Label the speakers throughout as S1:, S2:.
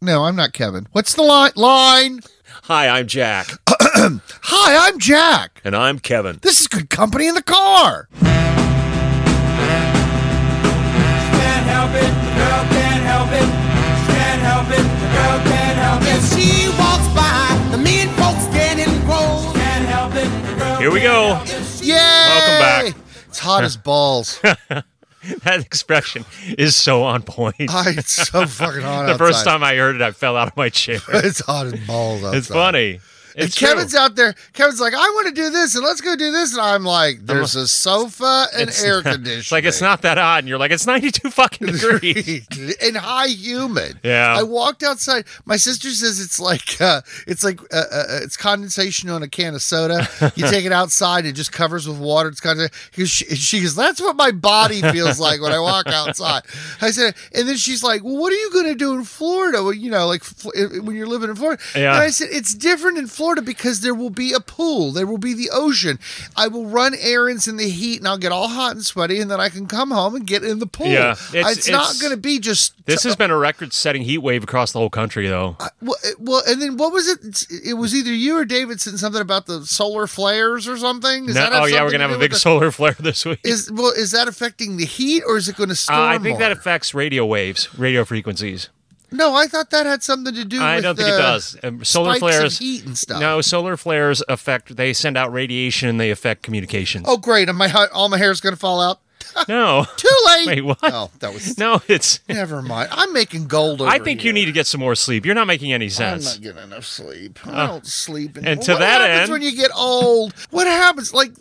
S1: No, I'm not Kevin. What's the line? Line.
S2: Hi, I'm Jack.
S1: Hi, I'm Jack.
S2: And I'm Kevin.
S1: This is good company in the car.
S3: can't help it, the girl can't help it. She can't help it, the girl can't help it.
S4: If she walks by, the mean folks get enrolled.
S3: Can't help it, the girl
S2: Here we
S3: can't
S2: go.
S3: help it.
S1: Yay!
S2: Welcome back.
S1: It's hot as balls.
S2: That expression is so on point.
S1: Hi, it's so fucking hot.
S2: the first
S1: outside.
S2: time I heard it, I fell out of my chair.
S1: it's hot as balls. Outside.
S2: It's funny.
S1: And
S2: It's
S1: Kevin's
S2: true.
S1: out there. Kevin's like, I want to do this, and let's go do this. And I'm like, there's a sofa and
S2: It's-
S1: air conditioning.
S2: It's like it's not that hot, and you're like it's 92 fucking degrees.
S1: and high humid.
S2: Yeah.
S1: I walked outside. My sister says it's like uh, it's like uh, uh, uh, it's condensation on a can of soda. You take it outside, it just covers with water. It's kind of because she, she goes, "That's what my body feels like when I walk outside." I said, and then she's like, "Well, what are you going to do in Florida? Well, you know, like fl- eh, when you're living in Florida."
S2: Yeah.
S1: And I said, "It's different in Florida because there will be a pool, there will be the ocean. I will run errands in the heat, and I'll get all hot and sweaty, and then I can come home and get in the pool.
S2: Yeah,
S1: it's,
S2: it's-
S1: not
S2: it's-
S1: going to be just
S2: This has been a record-setting heat wave across the whole country, though.
S1: well, it- well, and then what was it? It's- It was either you or Davidson something about the solar flares or something. Does
S2: No-
S1: that have
S2: oh yeah, we're
S1: something
S2: gonna
S1: to
S2: have
S1: do
S2: a
S1: with
S2: big
S1: the-
S2: solar flare this week.
S1: Is well, is that affecting the heat or is it going to storm?
S2: Uh, I think that
S1: more?
S2: affects radio waves, radio frequencies.
S1: no, I thought that had something to do.
S2: I
S1: with
S2: don't think it
S1: the
S2: does. Um, solar
S1: spikes of
S2: flares,
S1: heat and stuff.
S2: No, solar flares affect. They send out radiation and they affect communications.
S1: Oh, great! And my hi- all my hair is going to fall out.
S2: no,
S1: Too late.
S2: Wait, what?
S1: Oh, that was
S2: no, it's.
S1: never mind. I'm making gold. Over
S2: I think you
S1: here.
S2: need to get some more sleep. You're not making any
S1: I'm
S2: sense.
S1: not getting enough sleep. I don't sleep anymore.
S2: Uh, to
S1: what
S2: that
S1: happens
S2: end-
S1: when you get old? What happens? Like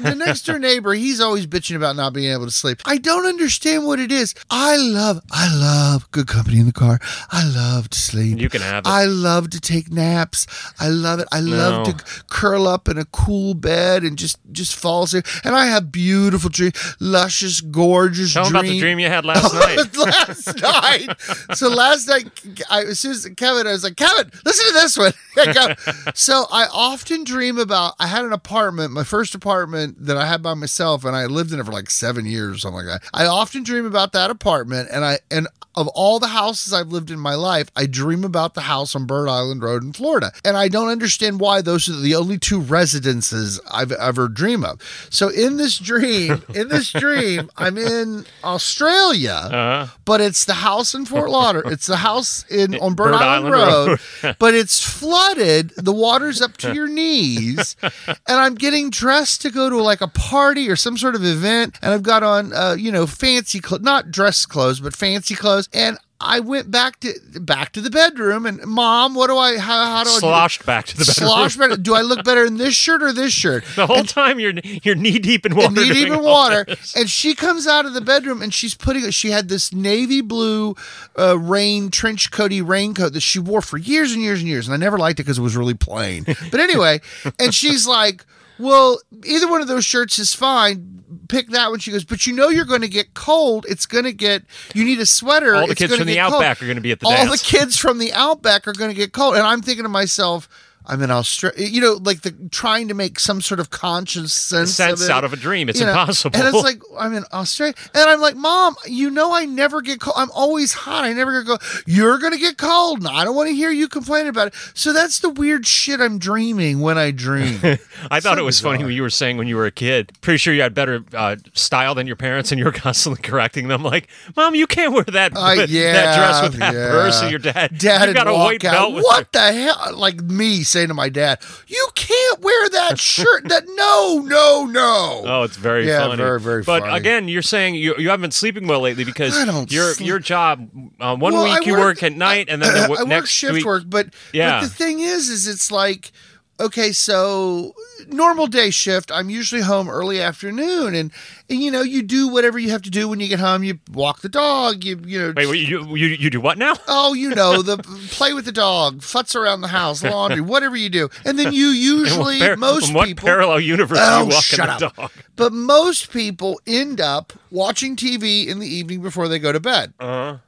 S1: the next door neighbor, he's always bitching about not being able to sleep. I don't understand what it is. I love, I love good company in the car. I love to sleep.
S2: You can have it.
S1: I love to take naps. I love it. I love
S2: No.
S1: to curl up in a cool bed and just just fall asleep. And I have beautiful dreams, luscious, gorgeous
S2: Tell 'em about the dream you had last
S1: Oh,
S2: night.
S1: last night. So last night, I, as soon as Kevin, I was like, Kevin, listen to this one. I go- so I often dream about. I had an apartment, my first apartment that I had by myself, and I lived in it for like seven years or something like that. I often dream about that apartment, and I and of all the houses I've lived in my life, I dream about the house on Bird Island Road in Florida, and I don't understand why those are the only two residences I've ever dreamed of. So in this dream, in this dream, I'm in Australia
S2: Uh-huh.
S1: but it's the house in Fort Lauderdale. It's the house in on Bird,
S2: Bird
S1: Island,
S2: Island
S1: Road, but it's flooded. The water's up to your knees, and I'm getting dressed to go to like a party or some sort of event, and I've got on uh, you know fancy clothes, not dress clothes, but fancy clothes, and. I went back to back to the bedroom and mom, what do I how, how do
S2: Sloshed back
S1: I
S2: to
S1: do
S2: the bedroom.
S1: slosh better? Do I look better in this shirt or this shirt?
S2: the whole time you're you're knee deep in water.
S1: knee deep
S2: doing
S1: in
S2: all
S1: water.
S2: this.
S1: And she comes out of the bedroom and she's putting. She had this navy blue uh, rain trench coaty raincoat that she wore for years and years and years, and I never liked it because it was really plain. But anyway, and she's like, "Well, either one of those shirts is fine." Pick that one. She goes, but you know you're going to get cold. It's going to get. You need a sweater.
S2: All the
S1: It's
S2: kids
S1: gonna
S2: from the
S1: get
S2: Outback
S1: cold."
S2: are gonna be at the
S1: All
S2: dance.
S1: the kids from the outback are going to get cold and i'm thinking to myself i'm in australia you know like the trying to make some sort of conscious sense,
S2: Sense
S1: of it.
S2: out of a dream. It's
S1: you know?
S2: impossible.
S1: and it's like i'm in australia and i'm like mom you know i never get cold i'm always hot i never get cold you're going to get cold and i don't want to hear you complain about it so that's the weird shit i'm dreaming when i dream
S2: I thought
S1: so
S2: it was funny
S1: bizarre.
S2: what you were saying when you were a kid. Pretty sure you had better uh, style than your parents, and you were constantly correcting them. Like, mom, you can't wear that
S1: Uh, yeah,
S2: that dress with that
S1: yeah.
S2: purse. And your dad,
S1: Dad
S2: you
S1: would
S2: got a
S1: walk
S2: white
S1: out.
S2: belt. With
S1: what the hell? Like me saying to my dad, "You can't wear that shirt." That no, no, no.
S2: Oh, it's very
S1: Yeah,
S2: funny.
S1: very, very
S2: But
S1: funny.
S2: again, you're saying you, you haven't been sleeping well lately because
S1: I don't
S2: your
S1: sleep.
S2: your job. Uh, one
S1: Well, I
S2: week you
S1: work-
S2: work at night, and then the
S1: Uh, I
S2: w-
S1: work
S2: next
S1: shift
S2: week,
S1: work, but
S2: Yeah.
S1: but the thing is, is it's like okay, so normal day shift. I'm usually home early afternoon, and, and you know you do whatever you have to do when you get home. You walk the dog. You you know.
S2: Wait, wait, you, you you do what now?
S1: Oh, you know the play with the dog, futz around the house, laundry, whatever you do, and then you usually
S2: Par-
S1: most
S2: in what
S1: people
S2: parallel universe
S1: Oh,
S2: are you walking
S1: shut
S2: the
S1: up.
S2: dog?
S1: But most people end up watching TV in the evening before they go to bed.
S2: Uh-huh.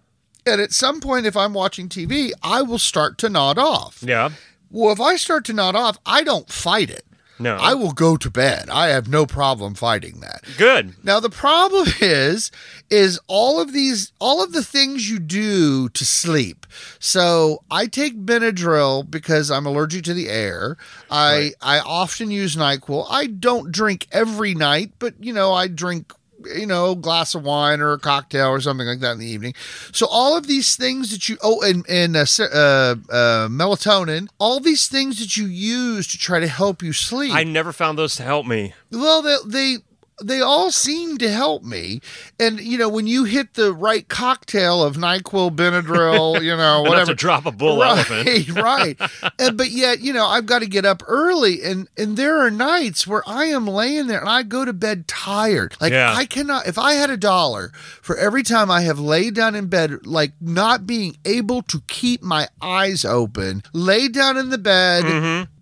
S1: And at some point, if I'm watching TV, I will start to nod off.
S2: Yeah.
S1: Well, if I start to nod off, I don't fight it.
S2: No.
S1: I will go to bed. I have no problem fighting that.
S2: Good.
S1: Now the problem is is all of these all of the things you do to sleep. So I take Benadryl because I'm allergic to the air. I I often use NyQuil. I don't drink every night, but you know, I drink you know, a glass of wine or a cocktail or something like that in the evening. So all of these things that you oh, and and uh, se- uh, uh, melatonin, all these things that you use to try to help you sleep.
S2: I never found those to help me.
S1: Well, they they they all seem to help me, and you know when you hit the right cocktail of Nyquil, Benadryl, you know
S2: Enough
S1: whatever.
S2: to drop a bull elephant.
S1: right, right. And but yet, you know, I've got to get up early, and and there are nights where I am laying there and I go to bed tired. Like
S2: Yeah.
S1: I cannot. If I had a dollar for every time I have laid down in bed, like not being able to keep my eyes open, lay down in the bed,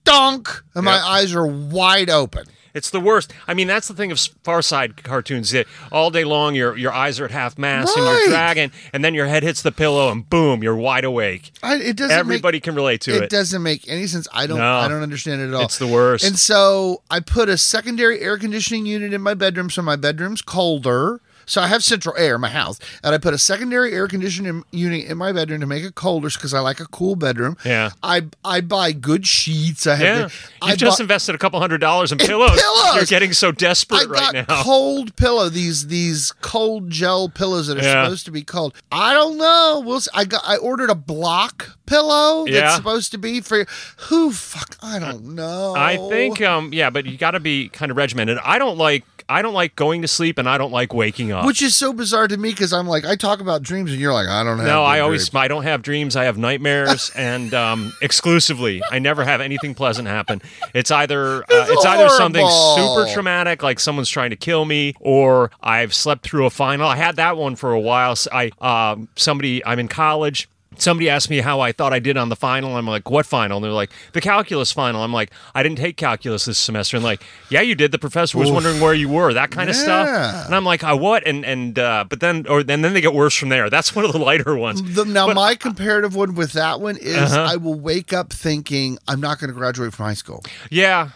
S1: donk, and my
S2: Mm-hmm. Yep.
S1: eyes are wide open.
S2: It's the worst. I mean, that's the thing of s- Far Side cartoons. That all day long, your your eyes are at half mast and
S1: Right.
S2: you're dragging, and then your head hits the pillow, and boom, you're wide awake.
S1: I, it doesn't
S2: Everybody
S1: make,
S2: can relate to
S1: it,
S2: it.
S1: doesn't make any sense. I don't.
S2: No.
S1: I don't understand it at all.
S2: It's the worst.
S1: And so I put a secondary air conditioning unit in my bedroom, so my bedroom's colder. So I have central air in my house, and I put a secondary air conditioning unit in my bedroom to make it colder because I like a cool bedroom.
S2: Yeah.
S1: I I buy good sheets. I
S2: yeah,
S1: have.
S2: you've
S1: I
S2: just
S1: bought-
S2: invested a couple hundred dollars in pillows.
S1: pillows!
S2: You're getting so desperate
S1: I
S2: right
S1: got
S2: now.
S1: cold pillow. These these cold gel pillows that are
S2: Yeah.
S1: supposed to be cold. I don't know. We'll. See. I got. I ordered a block pillow that's
S2: Yeah.
S1: supposed to be for who? Fuck. I don't know.
S2: I think, um, yeah, but you got to be kind of regimented. I don't like I don't like going to sleep, and I don't like waking up.
S1: Which is so bizarre to me because I'm like I talk about dreams and you're like I don't have.
S2: no,
S1: good
S2: I always
S1: dreams.
S2: I don't have dreams. I have nightmares, and um, exclusively, I never have anything pleasant happen. It's either uh, it's, either something
S1: horrible.
S2: super traumatic, like someone's trying to kill me, or I've slept through a final. I had that one for a while. S- I um, somebody I'm in college. Somebody asked me how I thought I did on the final. I'm like, what final? And they're like, the calculus final. I'm like, I didn't take calculus this semester. And like, yeah, you did. The professor was wondering where you were. That kind of
S1: Yeah.
S2: stuff. And I'm like, I what? And and uh, but then or and then they get worse from there. That's one of the lighter ones.
S1: The, now my comparative one with that one is
S2: Uh-huh.
S1: I will wake up thinking I'm not going to graduate from high school.
S2: Yeah,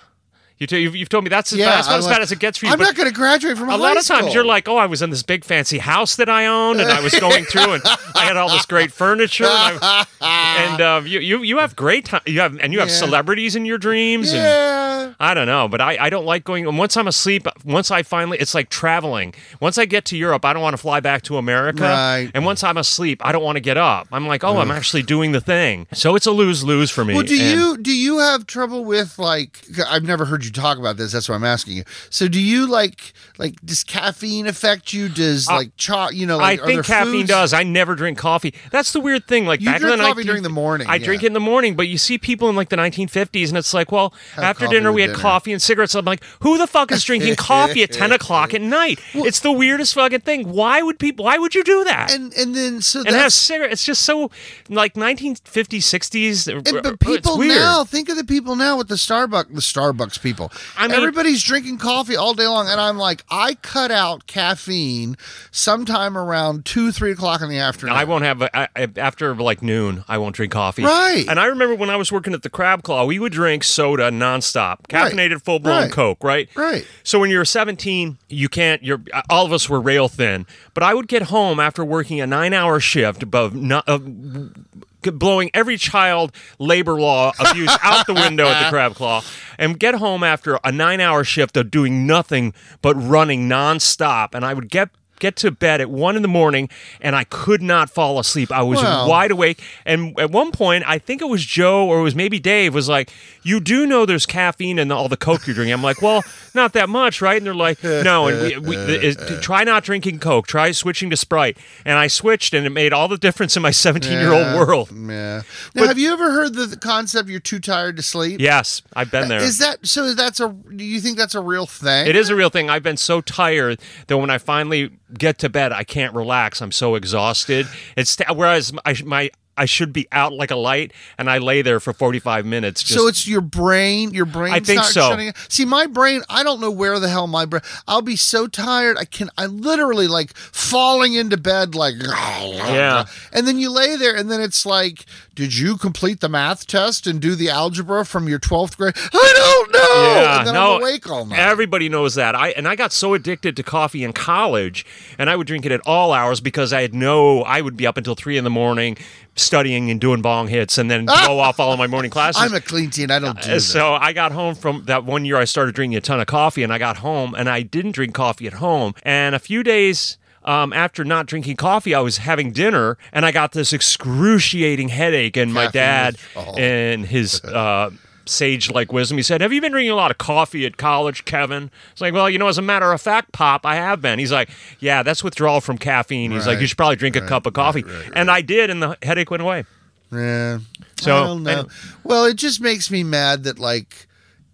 S2: you t- you've, you''ve told me that's as
S1: Yeah,
S2: bad, that's about
S1: I'm
S2: as
S1: like,
S2: bad as it gets for you.
S1: I'm
S2: but
S1: not going to graduate from
S2: a
S1: high
S2: lot of times
S1: school.
S2: you're like, oh, I was in this big fancy house that I owned, and I was going through, and I had all this great furniture, and, I, and uh, you you you have great time, you have and you have
S1: Yeah.
S2: celebrities in your dreams, and
S1: yeah.
S2: I don't know, but I, I don't like going. And once I'm asleep, once I finally, it's like traveling. Once I get to Europe, I don't want to fly back to America.
S1: Right.
S2: And once I'm asleep, I don't want to get up. I'm like, oh, I'm actually doing the thing. So it's a lose lose for me.
S1: Well, do
S2: And
S1: you do you have trouble with like? I've never heard you talk about this. That's why I'm asking you. So, do you like like does caffeine affect you? Does like chalk? You know,
S2: Uh, I
S1: like, are there
S2: think caffeine
S1: foods-
S2: does. I never drink coffee. That's the weird thing. Like
S1: You
S2: back in
S1: drink
S2: the
S1: coffee
S2: 19
S1: during the morning,
S2: I
S1: yeah.
S2: drink it in the morning, but you see people in like the 1950s, and it's like, well, after
S1: coffee
S2: dinner
S1: with
S2: we had
S1: dinner.
S2: coffee and cigarettes. I'm like, who the fuck is drinking coffee at 10 o'clock at night? it's the weirdest fucking thing. Why would people? Why would you do that?
S1: And and then so
S2: and have
S1: that's
S2: cigarettes. It's just so like 1950s, 60s.
S1: and,
S2: uh, it's
S1: but people
S2: weird.
S1: now think of the people now with the Starbucks the Starbucks people.
S2: I mean-
S1: Everybody's drinking coffee all day long, and I'm like, I cut out caffeine sometime around two three o'clock in the afternoon.
S2: I won't have a, I, I- after like noon. I won't drink coffee.
S1: Right.
S2: And I remember when I was working at the Crab Claw, we would drink soda nonstop,
S1: Right.
S2: caffeinated, full blown
S1: Right.
S2: Coke. Right.
S1: Right.
S2: So when you're 17, you can't. You're all of us were rail thin. But I would get home after working a nine hour shift above not, uh, blowing every child labor law abuse out the window at the crab claw and get home after a nine hour shift of doing nothing but running nonstop and i would get get to bed at one in the morning and i could not fall asleep i was
S1: Wow.
S2: wide awake and at one point i think it was joe or it was maybe dave was like you do know there's caffeine in all the coke you're drinking i'm like well not that much right and they're like no and we, we is, try not drinking coke try switching to sprite and i switched and it made all the difference in my 17 year old
S1: Yeah.
S2: world
S1: Yeah. Now, have you ever heard the, the concept you're too tired to sleep?
S2: Yes, I've been there.
S1: Is that so? That's a. Do you think that's a real thing?
S2: it is a real thing. I've been so tired that when I finally get to bed, I can't relax. I'm so exhausted. It's whereas I, my I should be out like a light, and I lay there for 45 minutes. Just,
S1: so it's your brain. Your brain.
S2: think
S1: not
S2: so.
S1: Shutting See, my brain. I don't know where the hell my brain. I'll be so tired. I can. I literally like falling into bed like. Yeah. And then you lay there, and then it's like, did you complete the math test and do the algebra from your twelfth grade? I don't know.
S2: Yeah,
S1: and then
S2: no,
S1: I'm awake all night.
S2: Everybody knows that. I and I got so addicted to coffee in college, and I would drink it at all hours because I had no. I would be up until three in the morning studying and doing bong hits, and then blow off all of my morning classes.
S1: I'm a clean teen. I don't do
S2: Uh,
S1: that.
S2: So I got home from that one year. I started drinking a ton of coffee, and I got home, and I didn't drink coffee at home. And a few days um, after not drinking coffee, I was having dinner, and I got this excruciating headache. And my
S1: Caffeine
S2: dad
S1: is- oh.
S2: and his. Uh, Sage like wisdom. He said, Have you been drinking a lot of coffee at college, Kevin? It's like, Well, you know, as a matter of fact, Pop, I have been. He's like, Yeah, that's withdrawal from caffeine. He's like, You
S1: Right,
S2: should probably drink a cup of coffee. And I did, and the headache went away.
S1: Yeah.
S2: So,
S1: I don't know.
S2: anyway.
S1: Well, it just makes me mad that like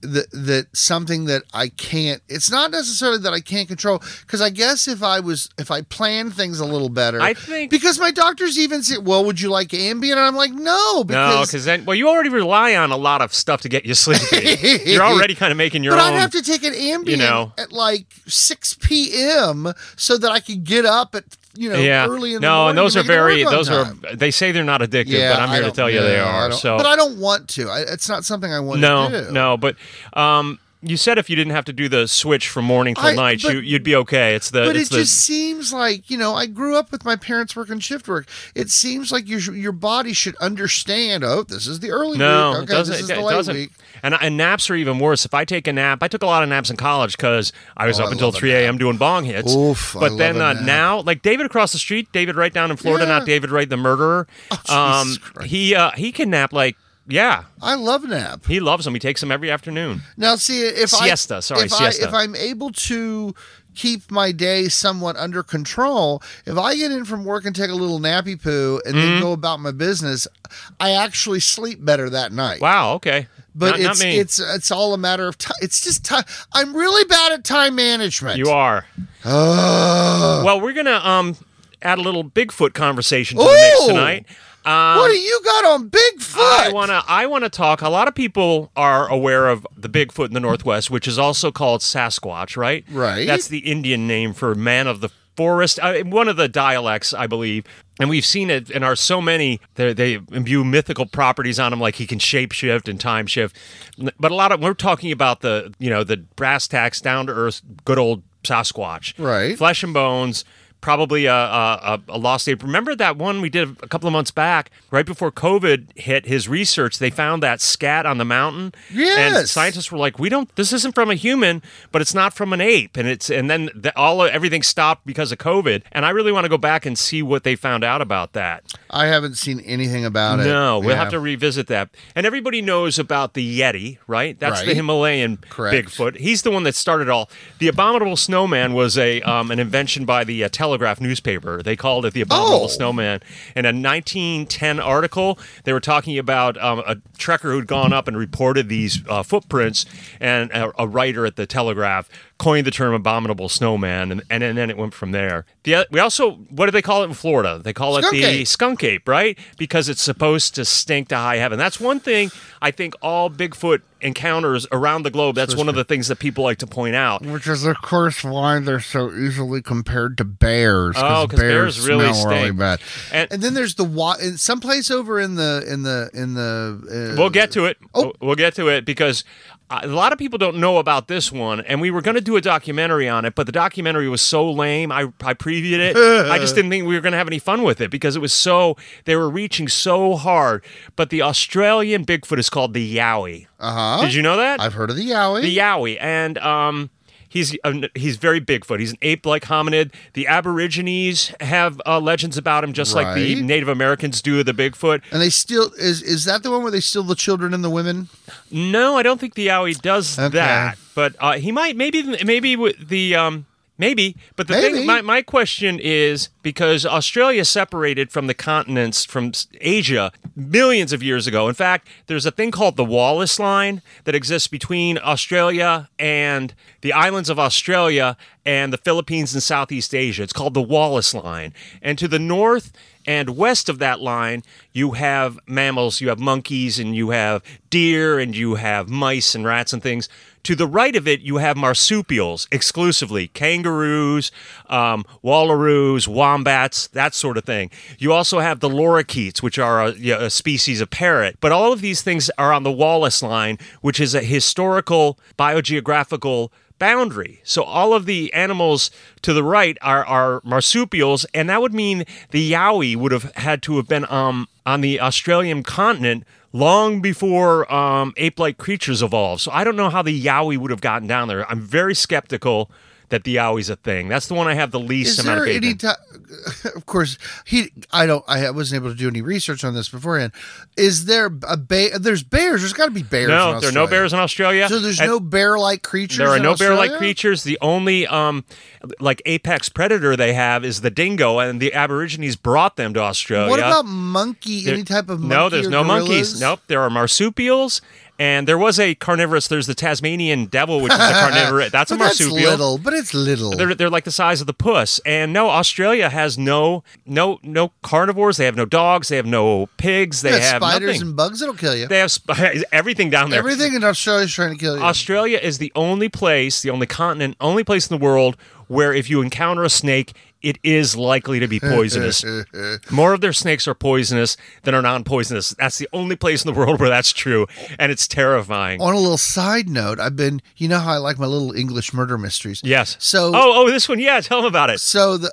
S1: that that something that I can't. It's not necessarily that I can't control because I guess if I was if I planned things a little better,
S2: I think-
S1: because my doctors even said, "Well, would you like Ambien?" And I'm like, "No,"
S2: No,
S1: because.
S2: because then, well, you already rely on a lot of stuff to get you sleepy. You're already kind of making your
S1: but
S2: own.
S1: I'd have to take an Ambien
S2: know.
S1: at like 6 p.m. so that I could get up at you know
S2: yeah.
S1: early in the
S2: no,
S1: morning.
S2: and those
S1: to
S2: are
S1: make it to
S2: very.
S1: work on
S2: Those
S1: time.
S2: are. They say they're not addictive, but I'm
S1: I
S2: here to
S1: don't-
S2: tell you they
S1: yeah, I
S2: are.
S1: don't-
S2: So
S1: but I don't want to. I, it's not something I want
S2: no,
S1: to do.
S2: no, but um, you said if you didn't have to do the switch from morning till
S1: I-
S2: night,
S1: but-
S2: you, you'd be okay. It's the.
S1: But it
S2: it's
S1: just
S2: the,
S1: seems like you know. I grew up with my parents working shift work. It seems like your your body should understand. Oh, this is the early
S2: No,
S1: week.
S2: it
S1: Okay,
S2: doesn't.
S1: this is
S2: it
S1: the
S2: it
S1: late
S2: doesn't.
S1: week.
S2: And, and naps are even worse. If I take a nap, I took a lot of naps in college because I was
S1: Oh,
S2: up
S1: I
S2: until
S1: love a
S2: 3 a.m. doing bong hits.
S1: Oof, I
S2: but
S1: love
S2: then
S1: a
S2: uh,
S1: nap.
S2: now, like David across the street, David Wright down in Florida,
S1: Yeah. Oh,
S2: not David Wright the murderer. um, he uh, he can nap like yeah.
S1: I love nap.
S2: He loves them. He takes them every afternoon.
S1: Now, see if I
S2: Siesta, sorry,
S1: if
S2: siesta.
S1: I, if I'm able to keep my day somewhat under control, if I get in from work and take a little nappy poo and
S2: Mm-hmm.
S1: then go about my business, I actually sleep better that night.
S2: Wow. Okay.
S1: But
S2: Not- not
S1: it's
S2: me.
S1: it's it's all a matter of time. It's just time. I'm really bad at time management.
S2: you are.
S1: Ugh.
S2: Well, we're gonna um add a little Bigfoot conversation to the mix
S1: Ooh.
S2: tonight. Um,
S1: what do you got on Bigfoot?
S2: I want to. I want to talk. A lot of people are aware of the Bigfoot in the Northwest, which is also called Sasquatch, right?
S1: Right.
S2: That's the Indian name for man of the forest. I, one of the dialects, I believe. And we've seen it in our so many. They they imbue mythical properties on him, like he can shape shift and time shift. But a lot of we're talking about the you know the brass tacks, down to earth, good old Sasquatch,
S1: Right.
S2: Flesh and bones. Probably a, a, a- a lost ape. Remember that one we did a couple of months back, right before COVID hit. His research, they found that scat on the mountain. And
S1: Yes.
S2: scientists were like, "We don't. This isn't from a human, but it's not from an ape." And it's and then the, all of- everything stopped because of COVID. And I really want to go back and see what they found out about that.
S1: I haven't seen anything about it.
S2: No, we'll
S1: Yeah.
S2: have to revisit that. And everybody knows about the Yeti, right? That's the
S1: Right.
S2: Himalayan
S1: Correct.
S2: Bigfoot. He's the one that started all. The Abominable Snowman was a um, an invention by the uh, Telegraph newspaper. They called it the Abominable
S1: Oh.
S2: Snowman. In a 1910 article, they were talking about um, a trekker who'd gone up and reported these uh, footprints, and uh, a, a writer at the Telegraph coined the term Abominable Snowman, and, and, and then it went from there. The, oth- we also, what do they call it in Florida? They call it
S1: Skunk
S2: the
S1: ape.
S2: skunk ape, right? Because it's supposed to stink to high heaven. That's one thing I think all Bigfoot encounters around the globe. That's one of the things that people like to point out.
S1: Which is, of course, why they're so easily compared to bears.
S2: Oh, 'cause bears really
S1: smell really
S2: stink.
S1: bad.
S2: And-
S1: And, then there's the wa- in someplace over in the in the in the. Uh,
S2: We'll get to it. We'll get to it because a lot of people don't know about this one, and we were going to do a documentary on it, but the documentary was so lame. I, I previewed it. I just didn't think we were going to have any fun with it because it was so they were reaching so hard. But the Australian Bigfoot is called the Yowie.
S1: Uh huh.
S2: Did you know that?
S1: I've heard of the Yowie.
S2: the Yowie, and um, he's an he's very Bigfoot. He's an ape-like hominid. The Aborigines have uh, legends about him, just like the
S1: Right.
S2: Native Americans do of the Bigfoot.
S1: and they steal is is that the one where they steal the children and the women?
S2: No, I don't think the Yowie does
S1: Okay.
S2: that, but uh, he might. Maybe maybe with the um. Maybe, but the
S1: Maybe.
S2: thing, my, my question is because Australia separated from the continents from s- Asia millions of years ago. In fact, there's a thing called the Wallace Line that exists between Australia and the islands of Australia and the Philippines and Southeast Asia. It's called the Wallace Line. And to the north and west of that line, you have mammals, you have monkeys, and you have deer, and you have mice and rats and things. To the right of it, you have marsupials exclusively kangaroos, um, wallaroos, wombats, that sort of thing. You also have the lorikeets, which are a, yeah, a species of parrot. But all of these things are on the Wallace line, which is a historical biogeographical boundary. So all of the animals to the right are, are marsupials, and that would mean the Yowie would have had to have been um, on the Australian continent long before um, ape-like creatures evolved. So I don't know how the Yowie would have gotten down there. I'm very skeptical that the Yowie's a thing. That's the one I have the least
S1: Is
S2: amount
S1: there
S2: of faith
S1: any
S2: in.
S1: time? Of course, he. I don't. I wasn't able to do any research on this beforehand. Is there a bear? There's bears. There's got to be bears.
S2: No,
S1: in
S2: there are no
S1: Australia.
S2: bears in Australia.
S1: So there's
S2: And-
S1: no bear-like creatures.
S2: There are
S1: in
S2: no bear-like
S1: Australia?
S2: creatures. The only um, like apex predator they have is the dingo, and the Aborigines brought them to Australia.
S1: What about monkey? any
S2: Oh, There-
S1: type of monkey
S2: no? There's
S1: or
S2: no monkeys.
S1: gorillas?
S2: Nope. There are marsupials, and there was a carnivorous. There's the Tasmanian devil, which is a carnivorous. That's a
S1: But that's
S2: marsupial.
S1: little, but it's little.
S2: They're, they're like the size of the puss. And no, Australia has no no no carnivores. They have no dogs. They have no pigs. They
S1: Yeah,
S2: have
S1: spiders
S2: nothing.
S1: and bugs. It'll kill you.
S2: they have sp- everything down there.
S1: Everything in Australia's trying to kill you.
S2: Australia is the only place, the only continent, only place in the world where if you encounter a snake, it is likely to be poisonous. More of their snakes are poisonous than are non poisonous. That's the only place in the world where that's true. And it's terrifying.
S1: On a little side note, I've been. You know how I like my little English murder mysteries.
S2: Yes.
S1: So
S2: Oh, oh, this one. Yeah, tell them about it.
S1: so the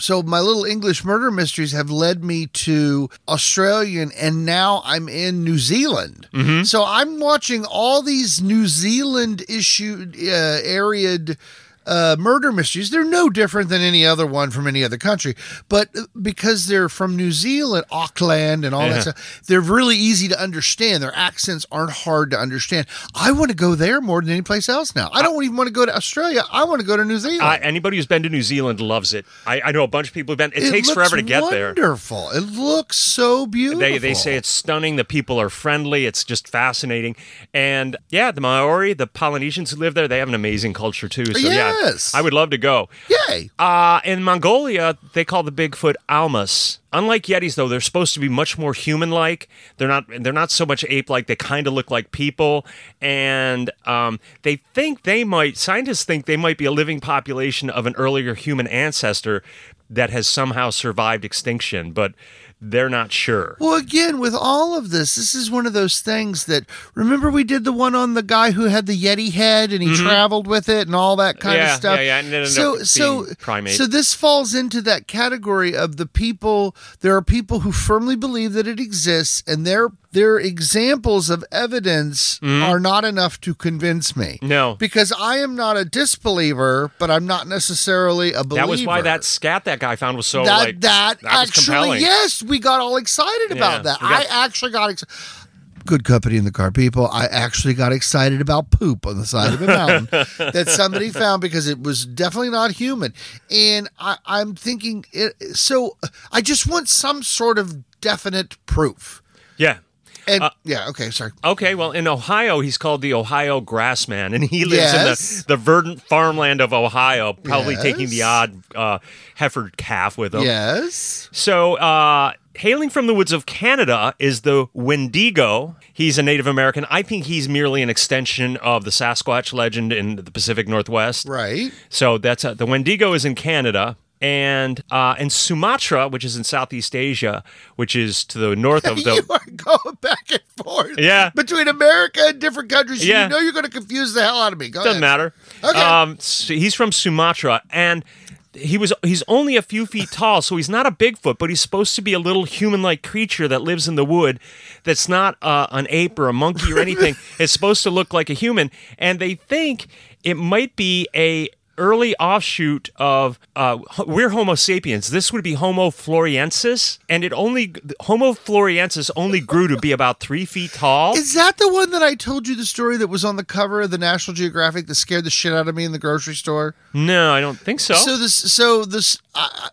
S1: so my little english murder mysteries have led me to australian and now i'm in new zealand so i'm watching all these new zealand issued uh, areaed uh, murder mysteries they're no different than any other one from any other country but uh, because they're from new zealand auckland and all
S2: Yeah.
S1: that stuff they're really easy to understand their accents aren't hard to understand i want to go there more than any place else now i don't even want to go to australia i want to go to new zealand
S2: I, anybody who's been to New Zealand loves it. I, I know a bunch of people who've been. It, takes
S1: looks
S2: forever to get there.
S1: wonderful. It looks so beautiful.
S2: They, they say it's stunning. The people are friendly. It's just fascinating. And yeah, the Maori, the Polynesians who live there, they have an amazing culture too. So
S1: Yes.
S2: yeah, I would love to go.
S1: Yay.
S2: Uh, in Mongolia, they call the Bigfoot Almas. Unlike Yetis, though, they're supposed to be much more human-like. They're not. They're not so much ape-like. They kind of look like people, and um, they think they might. Scientists think they might be a living population of an earlier human ancestor that has somehow survived extinction, but they're not sure.
S1: Well, again, with all of this, this is one of those things that remember we did the one on the guy who had the Yeti head and he traveled with it and all that kind
S2: Mm-hmm. Yeah,
S1: of stuff.
S2: yeah, yeah, and it ended
S1: so
S2: up
S1: so
S2: being primate.
S1: so this falls into that category of the people. There are people who firmly believe that it exists, and their their examples of evidence are not enough to convince me.
S2: Mm-hmm. No.
S1: because I am not a disbeliever, but I'm not necessarily a believer.
S2: That was why that scat that guy found was so
S1: that
S2: like
S1: that,
S2: was
S1: actually
S2: compelling.
S1: yes we got all excited about that
S2: we got-
S1: i actually got excited good company in the car people i actually got excited about poop on the side of a mountain that somebody found because it was definitely not human and I, i'm thinking it, so i just want some sort of definite proof
S2: Yeah.
S1: and
S2: Uh,
S1: yeah okay sorry
S2: Okay, well, in Ohio, he's called the Ohio Grassman, and he lives
S1: Yes.
S2: in the, the verdant farmland of Ohio, probably taking the
S1: Yes.
S2: odd uh, heifer calf with him.
S1: yes
S2: So, uh, hailing from the woods of Canada is the Wendigo. He's a Native American. I think he's merely an extension of the Sasquatch legend in the Pacific Northwest.
S1: right
S2: So that's uh the Wendigo is in Canada. And uh, and Sumatra, which is in Southeast Asia, which is to the north of the
S1: you are going back and forth
S2: Yeah.
S1: between America and different countries.
S2: Yeah.
S1: You know you're going to confuse the hell out of me. Go ahead.
S2: doesn't matter.
S1: Okay.
S2: Um, s- he's from Sumatra, and he was he's only a few feet tall, so he's not a Bigfoot, but he's supposed to be a little human-like creature that lives in the wood. That's not uh, an ape or a monkey or anything. it's supposed to look like a human, and they think it might be a early offshoot of uh, ho- we're Homo sapiens. This would be Homo floriensis, and it only Homo floriensis only grew to be about three feet tall.
S1: Is that the one that I told you the story that was on the cover of the National Geographic that scared the shit out of me in the grocery store?
S2: no, I don't think so.
S1: So this, so this, uh,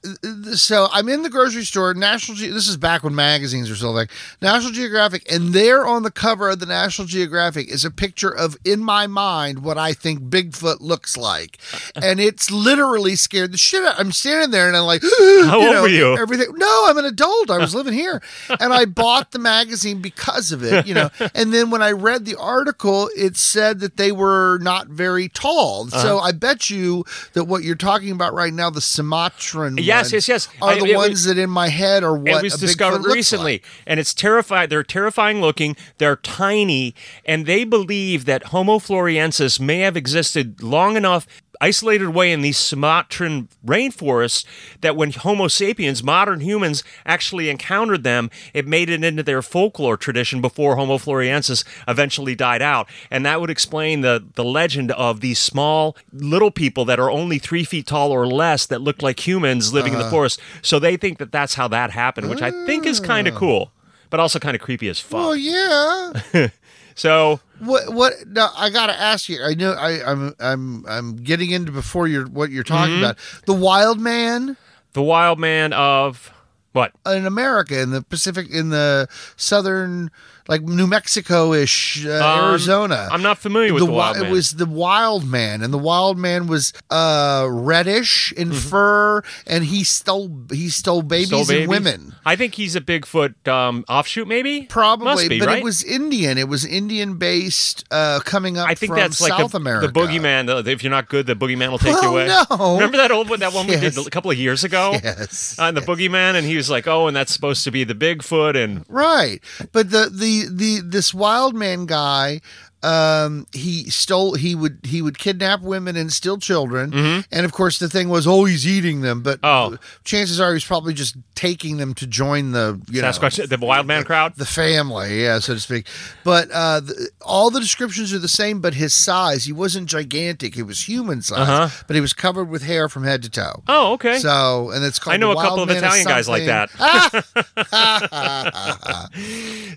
S1: so I'm in the grocery store. National, Ge- this is back when magazines were still like National Geographic, and there on the cover of the National Geographic is a picture of, in my mind, what I think Bigfoot looks like, and it's literally scared the shit out. I'm standing there and I'm like, how
S2: old were you?
S1: Everything. No, I'm an adult. I was living here, and I bought the magazine because of it. You know, and then when I read the article, it said that they were not very tall.
S2: Uh-huh.
S1: So I bet you that what you're talking about right now, the Sumatran,
S2: Yes,
S1: ones,
S2: yes, yes.
S1: are
S2: I-
S1: the
S2: it was-
S1: ones that in my head are what
S2: it was
S1: a Bigfoot
S2: discovered
S1: looks
S2: recently,
S1: like.
S2: and it's terrifying. They're terrifying looking. They're tiny, and they believe that Homo floriensis may have existed long enough, isolated away in these Sumatran rainforests, that when Homo sapiens, modern humans, actually encountered them, it made it into their folklore tradition before Homo floriensis eventually died out, and that would explain the the legend of these small little people that are only three feet tall or less that look like humans living
S1: Uh-huh.
S2: in the forest. So they think that that's how that happened, which I think is kind of
S1: Ah.
S2: cool, but also kind of creepy as fuck.
S1: Oh yeah.
S2: So
S1: What what now I gotta ask you. I know I, I'm I'm I'm getting into before you're what you're talking
S2: Mm-hmm.
S1: about. The wild man
S2: the wild man of what?
S1: in America in the Pacific in the southern like New Mexico ish uh,
S2: Um,
S1: Arizona.
S2: I'm not familiar with the,
S1: wi-
S2: wild man.
S1: It was the wild man, and the wild man was uh, reddish in
S2: Mm-hmm.
S1: fur, and he stole he stole babies
S2: Soul Baby?
S1: and women.
S2: I think he's a Bigfoot um, offshoot, maybe.
S1: Probably,
S2: Must be,
S1: but
S2: right?
S1: it was Indian. It was Indian based, uh, coming up.
S2: I think
S1: from
S2: that's like
S1: South
S2: the,
S1: America.
S2: the boogeyman. though. If you're not good, the boogeyman will take
S1: Well,
S2: you away.
S1: no.
S2: Remember that old one? That one we
S1: Yes.
S2: did a couple of years ago.
S1: Yes.
S2: On the boogeyman, and he was like, "Oh, and that's supposed to be the Bigfoot." And
S1: Right. But the the the this wild man guy um he stole he would he would kidnap women and steal children and of course the thing was oh he's eating them but
S2: Mm-hmm. Oh.
S1: chances are he's probably just taking them to join the you know
S2: Sasquatch, the wild man crowd.
S1: the family, yeah, so to speak. But uh, the, all the descriptions are the same, but his size, he wasn't gigantic. He was human size, but he was covered with hair from head to toe.
S2: Oh, Uh-huh. okay.
S1: So, and it's called
S2: I know
S1: the
S2: a couple
S1: Wild
S2: of
S1: Man
S2: Italian guys like
S1: something.
S2: that.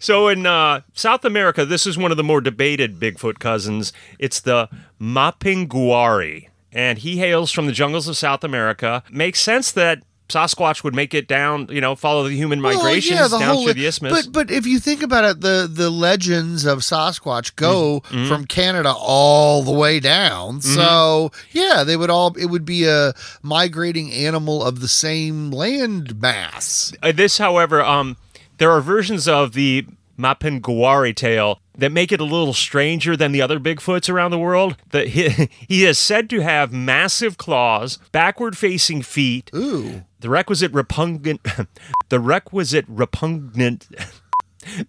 S2: so in uh, South America, this is one of the more debated Bigfoot cousins. It's the Mapinguari, and he hails from the jungles of South America. Makes sense that Sasquatch would make it down, you know, follow the human
S1: Well,
S2: migrations
S1: yeah, the
S2: down
S1: whole-
S2: through the
S1: But
S2: isthmus.
S1: but if you think about it, the the legends of Sasquatch go
S2: Mm-hmm.
S1: from Canada all the way down. So yeah, they would all it would be a migrating animal of the same land mass.
S2: Uh, this, however, um, there are versions of the Mapinguari tale that make it a little stranger than the other Bigfoots around the world. That he, he is said to have massive claws, backward-facing feet,
S1: Ooh.
S2: the requisite repugnant, the requisite repugnant.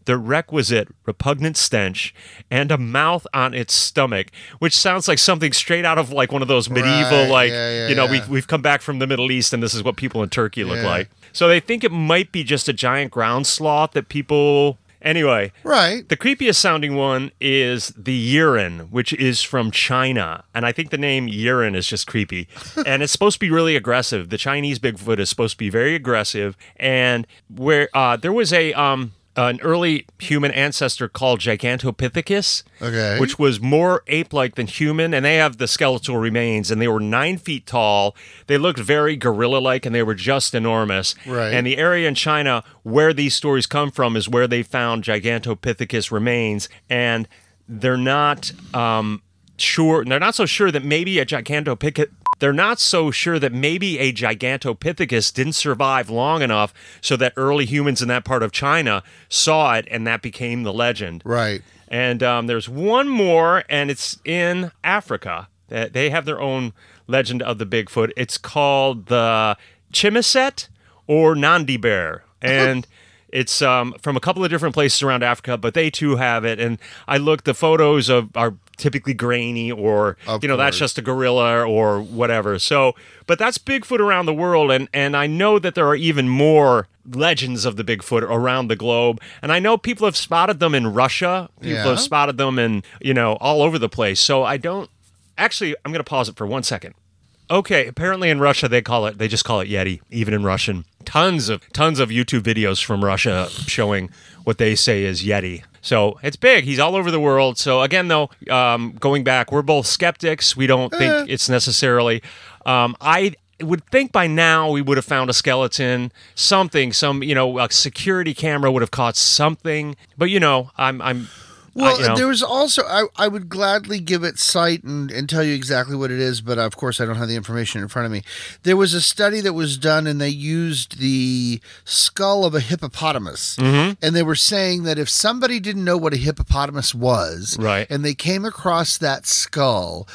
S2: The requisite repugnant stench and a mouth on its stomach, which sounds like something straight out of like one of those medieval,
S1: Right,
S2: like
S1: yeah, yeah,
S2: you know,
S1: yeah.
S2: we've we've come back from the Middle East and this is what people in Turkey look
S1: Yeah.
S2: like. So they think it might be just a giant ground sloth that people. Anyway,
S1: Right.
S2: the creepiest sounding one is the urine, which is from China. And I think the name urine is just creepy. and it's supposed to be really aggressive. The Chinese Bigfoot is supposed to be very aggressive. And where uh, there was a. Um, an early human ancestor called Gigantopithecus,
S1: Okay.
S2: which was more ape-like than human, and they have the skeletal remains, and they were nine feet tall. They looked very gorilla-like, and they were just enormous.
S1: Right.
S2: And the area in China where these stories come from is where they found Gigantopithecus remains, and they're not um, sure. They're not so sure that maybe a Gigantopithecus. They're not so sure that maybe a Gigantopithecus didn't survive long enough so that early humans in that part of China saw it and that became the legend.
S1: Right.
S2: And um, there's one more, and it's in Africa. Uh, They have their own legend of the Bigfoot. It's called the Chimiset or Nandi Bear. And it's um, from a couple of different places around Africa, but they too have it. And I look, the photos of are typically grainy or,
S1: Of
S2: you know, that's
S1: course.
S2: just just a gorilla or whatever. So, but that's Bigfoot around the world, and and I know that there are even more legends of the Bigfoot around the globe, and I know people have spotted them in Russia, people
S1: Yeah.
S2: have spotted them in you know all over the place. So I don't actually. I'm going to pause it for one second. Okay, apparently in Russia they call it they just call it Yeti, even in Russian. Tons of tons of YouTube videos from Russia showing what they say is Yeti. So it's big. He's all over the world. So again, though, um, going back, we're both skeptics. We don't think it's necessarily. Um, I would think by now we would have found a skeleton, something, some you know, a security camera would have caught something. But you know, I'm I'm. I-
S1: Well,
S2: you know.
S1: there was also I, I would gladly give it sight and, and tell you exactly what it is, but of course I don't have the information in front of me. There was a study that was done, and they used the skull of a hippopotamus,
S2: Mm-hmm.
S1: and they were saying that if somebody didn't know what a hippopotamus was,
S2: Right.
S1: and they came across that skull,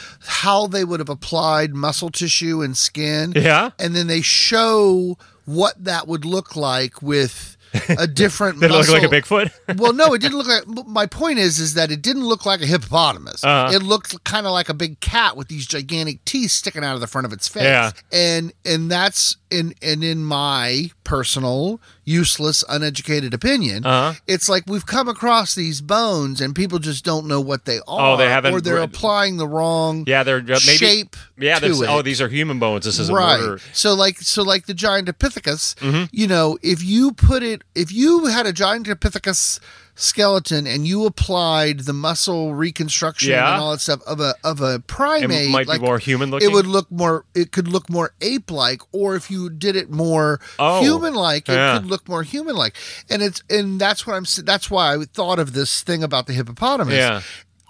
S1: how they would have applied muscle tissue and skin,
S2: Yeah.
S1: and then they show what that would look like with. A different
S2: Did it look like a
S1: muscle-
S2: Bigfoot?
S1: well, no, it didn't look like. m- My point is, is that it didn't look like a hippopotamus.
S2: Uh-huh.
S1: It looked kind of like a big cat with these gigantic teeth sticking out of the front of its face.
S2: Yeah.
S1: And and that's in and in my personal useless, uneducated opinion,
S2: Uh-huh.
S1: it's like we've come across these bones and people just don't know what they are.
S2: Oh, they haven't
S1: or they're
S2: re-
S1: applying the wrong
S2: yeah, they're uh, maybe
S1: shape.
S2: Yeah,
S1: to
S2: there's
S1: it
S2: oh, these are human bones. This is a
S1: right.
S2: murder. Mm-hmm.
S1: So like so like the giant Epithecus, you know, if you put it if you had a giant Epithecus skeleton and you applied the muscle reconstruction
S2: Yeah.
S1: and all that stuff of a of a primate,
S2: might be
S1: like,
S2: more human-looking?
S1: It would look more. It could look more ape like, or if you did it more
S2: Oh,
S1: human like, it
S2: yeah.
S1: could look more human like. And it's and that's what I'm. s- That's why I thought of this thing about the hippopotamus.
S2: Yeah.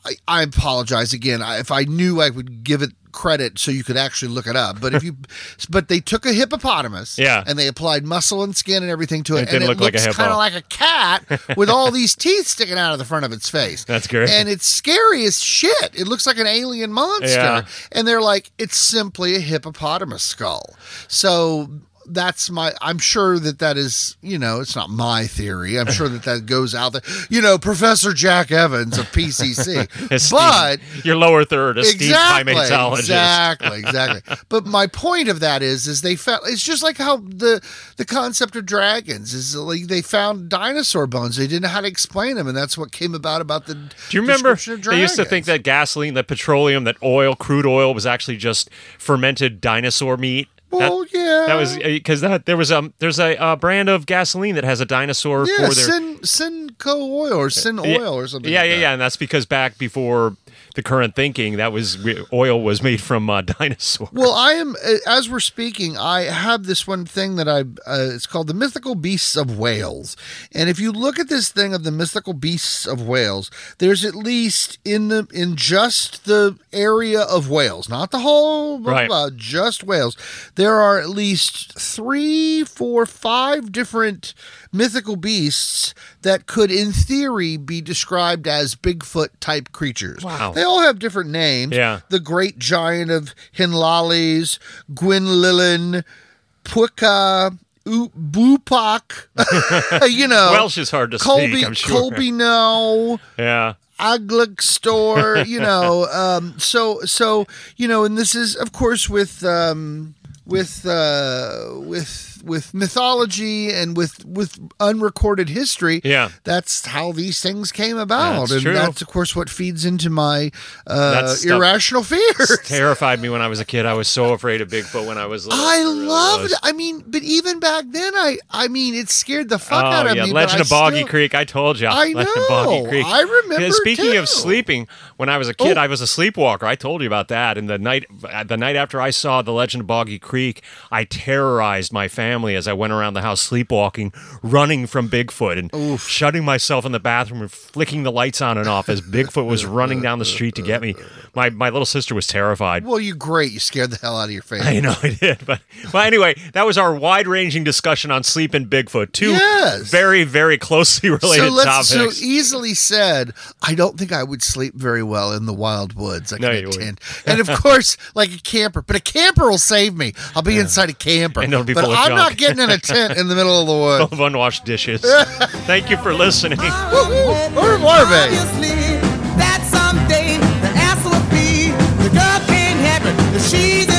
S1: I, I apologize again. I, if I knew, I would give it credit so you could actually look it up. But if you, but they took a hippopotamus,
S2: Yeah.
S1: and they applied muscle and skin and everything to it,
S2: It didn't
S1: and
S2: look like a hippo.
S1: kind of like a cat with all these teeth sticking out of the front of its face.
S2: That's great.
S1: and it's scary as shit. It looks like an alien monster,
S2: Yeah.
S1: and they're like, it's simply a hippopotamus skull. So. That's my. I'm sure that that is. You know, it's not my theory. I'm sure that that goes out there. You know, Professor Jack Evans of PCC. but
S2: your lower third is
S1: exactly,
S2: Steve primatologist.
S1: exactly, exactly. but my point of that is, is they found it's just like how the the concept of dragons is like they found dinosaur bones. They didn't know how to explain them, and that's what came about about the.
S2: Do you remember
S1: description of
S2: they used to
S1: dragons.
S2: think that gasoline, that petroleum, that oil, crude oil was actually just fermented dinosaur meat?
S1: Well,
S2: that,
S1: yeah,
S2: That was because that there was um there's a uh, brand of gasoline that has a dinosaur
S1: yeah,
S2: for their
S1: sin Sinco oil or sin oil or something.
S2: Yeah,
S1: like
S2: yeah,
S1: that.
S2: yeah, and that's because back before the current thinking, that was oil was made from uh, dinosaur.
S1: Well, I am uh, as we're speaking. I have this one thing that I. Uh, it's called the mythical beasts of Wales, and if you look at this thing of the mythical beasts of Wales, there's at least in the in just the area of Wales, not the whole, blah,
S2: Right.
S1: blah, just Wales. There are at least three, four, five different mythical beasts that could, in theory, be described as Bigfoot type creatures.
S2: Wow.
S1: They all have different names.
S2: Yeah.
S1: The great giant of Hinlales, Gwynlilin, Puka, U- Bupak, you know.
S2: Welsh is hard to
S1: Colby,
S2: speak. I'm sure.
S1: Colby no,
S2: Yeah.
S1: Aglik store, you know. Um, so, so you know, and this is, of course, with um, with uh, with with mythology and with with unrecorded history.
S2: Yeah.
S1: that's how these things came about,
S2: That's
S1: and
S2: true.
S1: that's of course what feeds into my uh,
S2: That stuff
S1: irrational fears.
S2: Terrified me when I was a kid. I was so afraid of Bigfoot when I was little.
S1: I
S2: really
S1: loved.
S2: was.
S1: I mean, but even back then, I I mean, it scared the fuck out
S2: Oh
S1: of
S2: yeah,
S1: me. but
S2: Legend
S1: I
S2: of Boggy
S1: still-
S2: Creek. I told you.
S1: I
S2: Legend of Boggy
S1: know.
S2: Creek.
S1: I remember
S2: Speaking
S1: too.
S2: of sleeping, when I was a kid,
S1: Oh.
S2: I was a sleepwalker. I told you about that. And the night, the night after I saw the Legend of Boggy Creek, I terrorized my family as I went around the house sleepwalking, running from Bigfoot and shutting myself in the bathroom and flicking the lights on and off as Bigfoot was running down the street to get me. My my little sister was terrified.
S1: Well, you great. You scared the hell out of your face.
S2: I know I did, but well, anyway, that was our wide-ranging discussion on sleep and Bigfoot. Two
S1: Yes.
S2: very, very closely related topics.
S1: so e- easily said i don't think i would sleep very well in the wild woods i
S2: No,
S1: can
S2: you
S1: attend and of course like a camper but a camper will save me i'll be inside a camper
S2: And it'll be
S1: but
S2: full of
S1: i'm
S2: junk.
S1: not getting in a tent in the middle of the woods
S2: of unwashed dishes. Thank you for listening.
S1: Or larvae.
S4: Obviously, that someday the answer would be the girl can't have it. She's a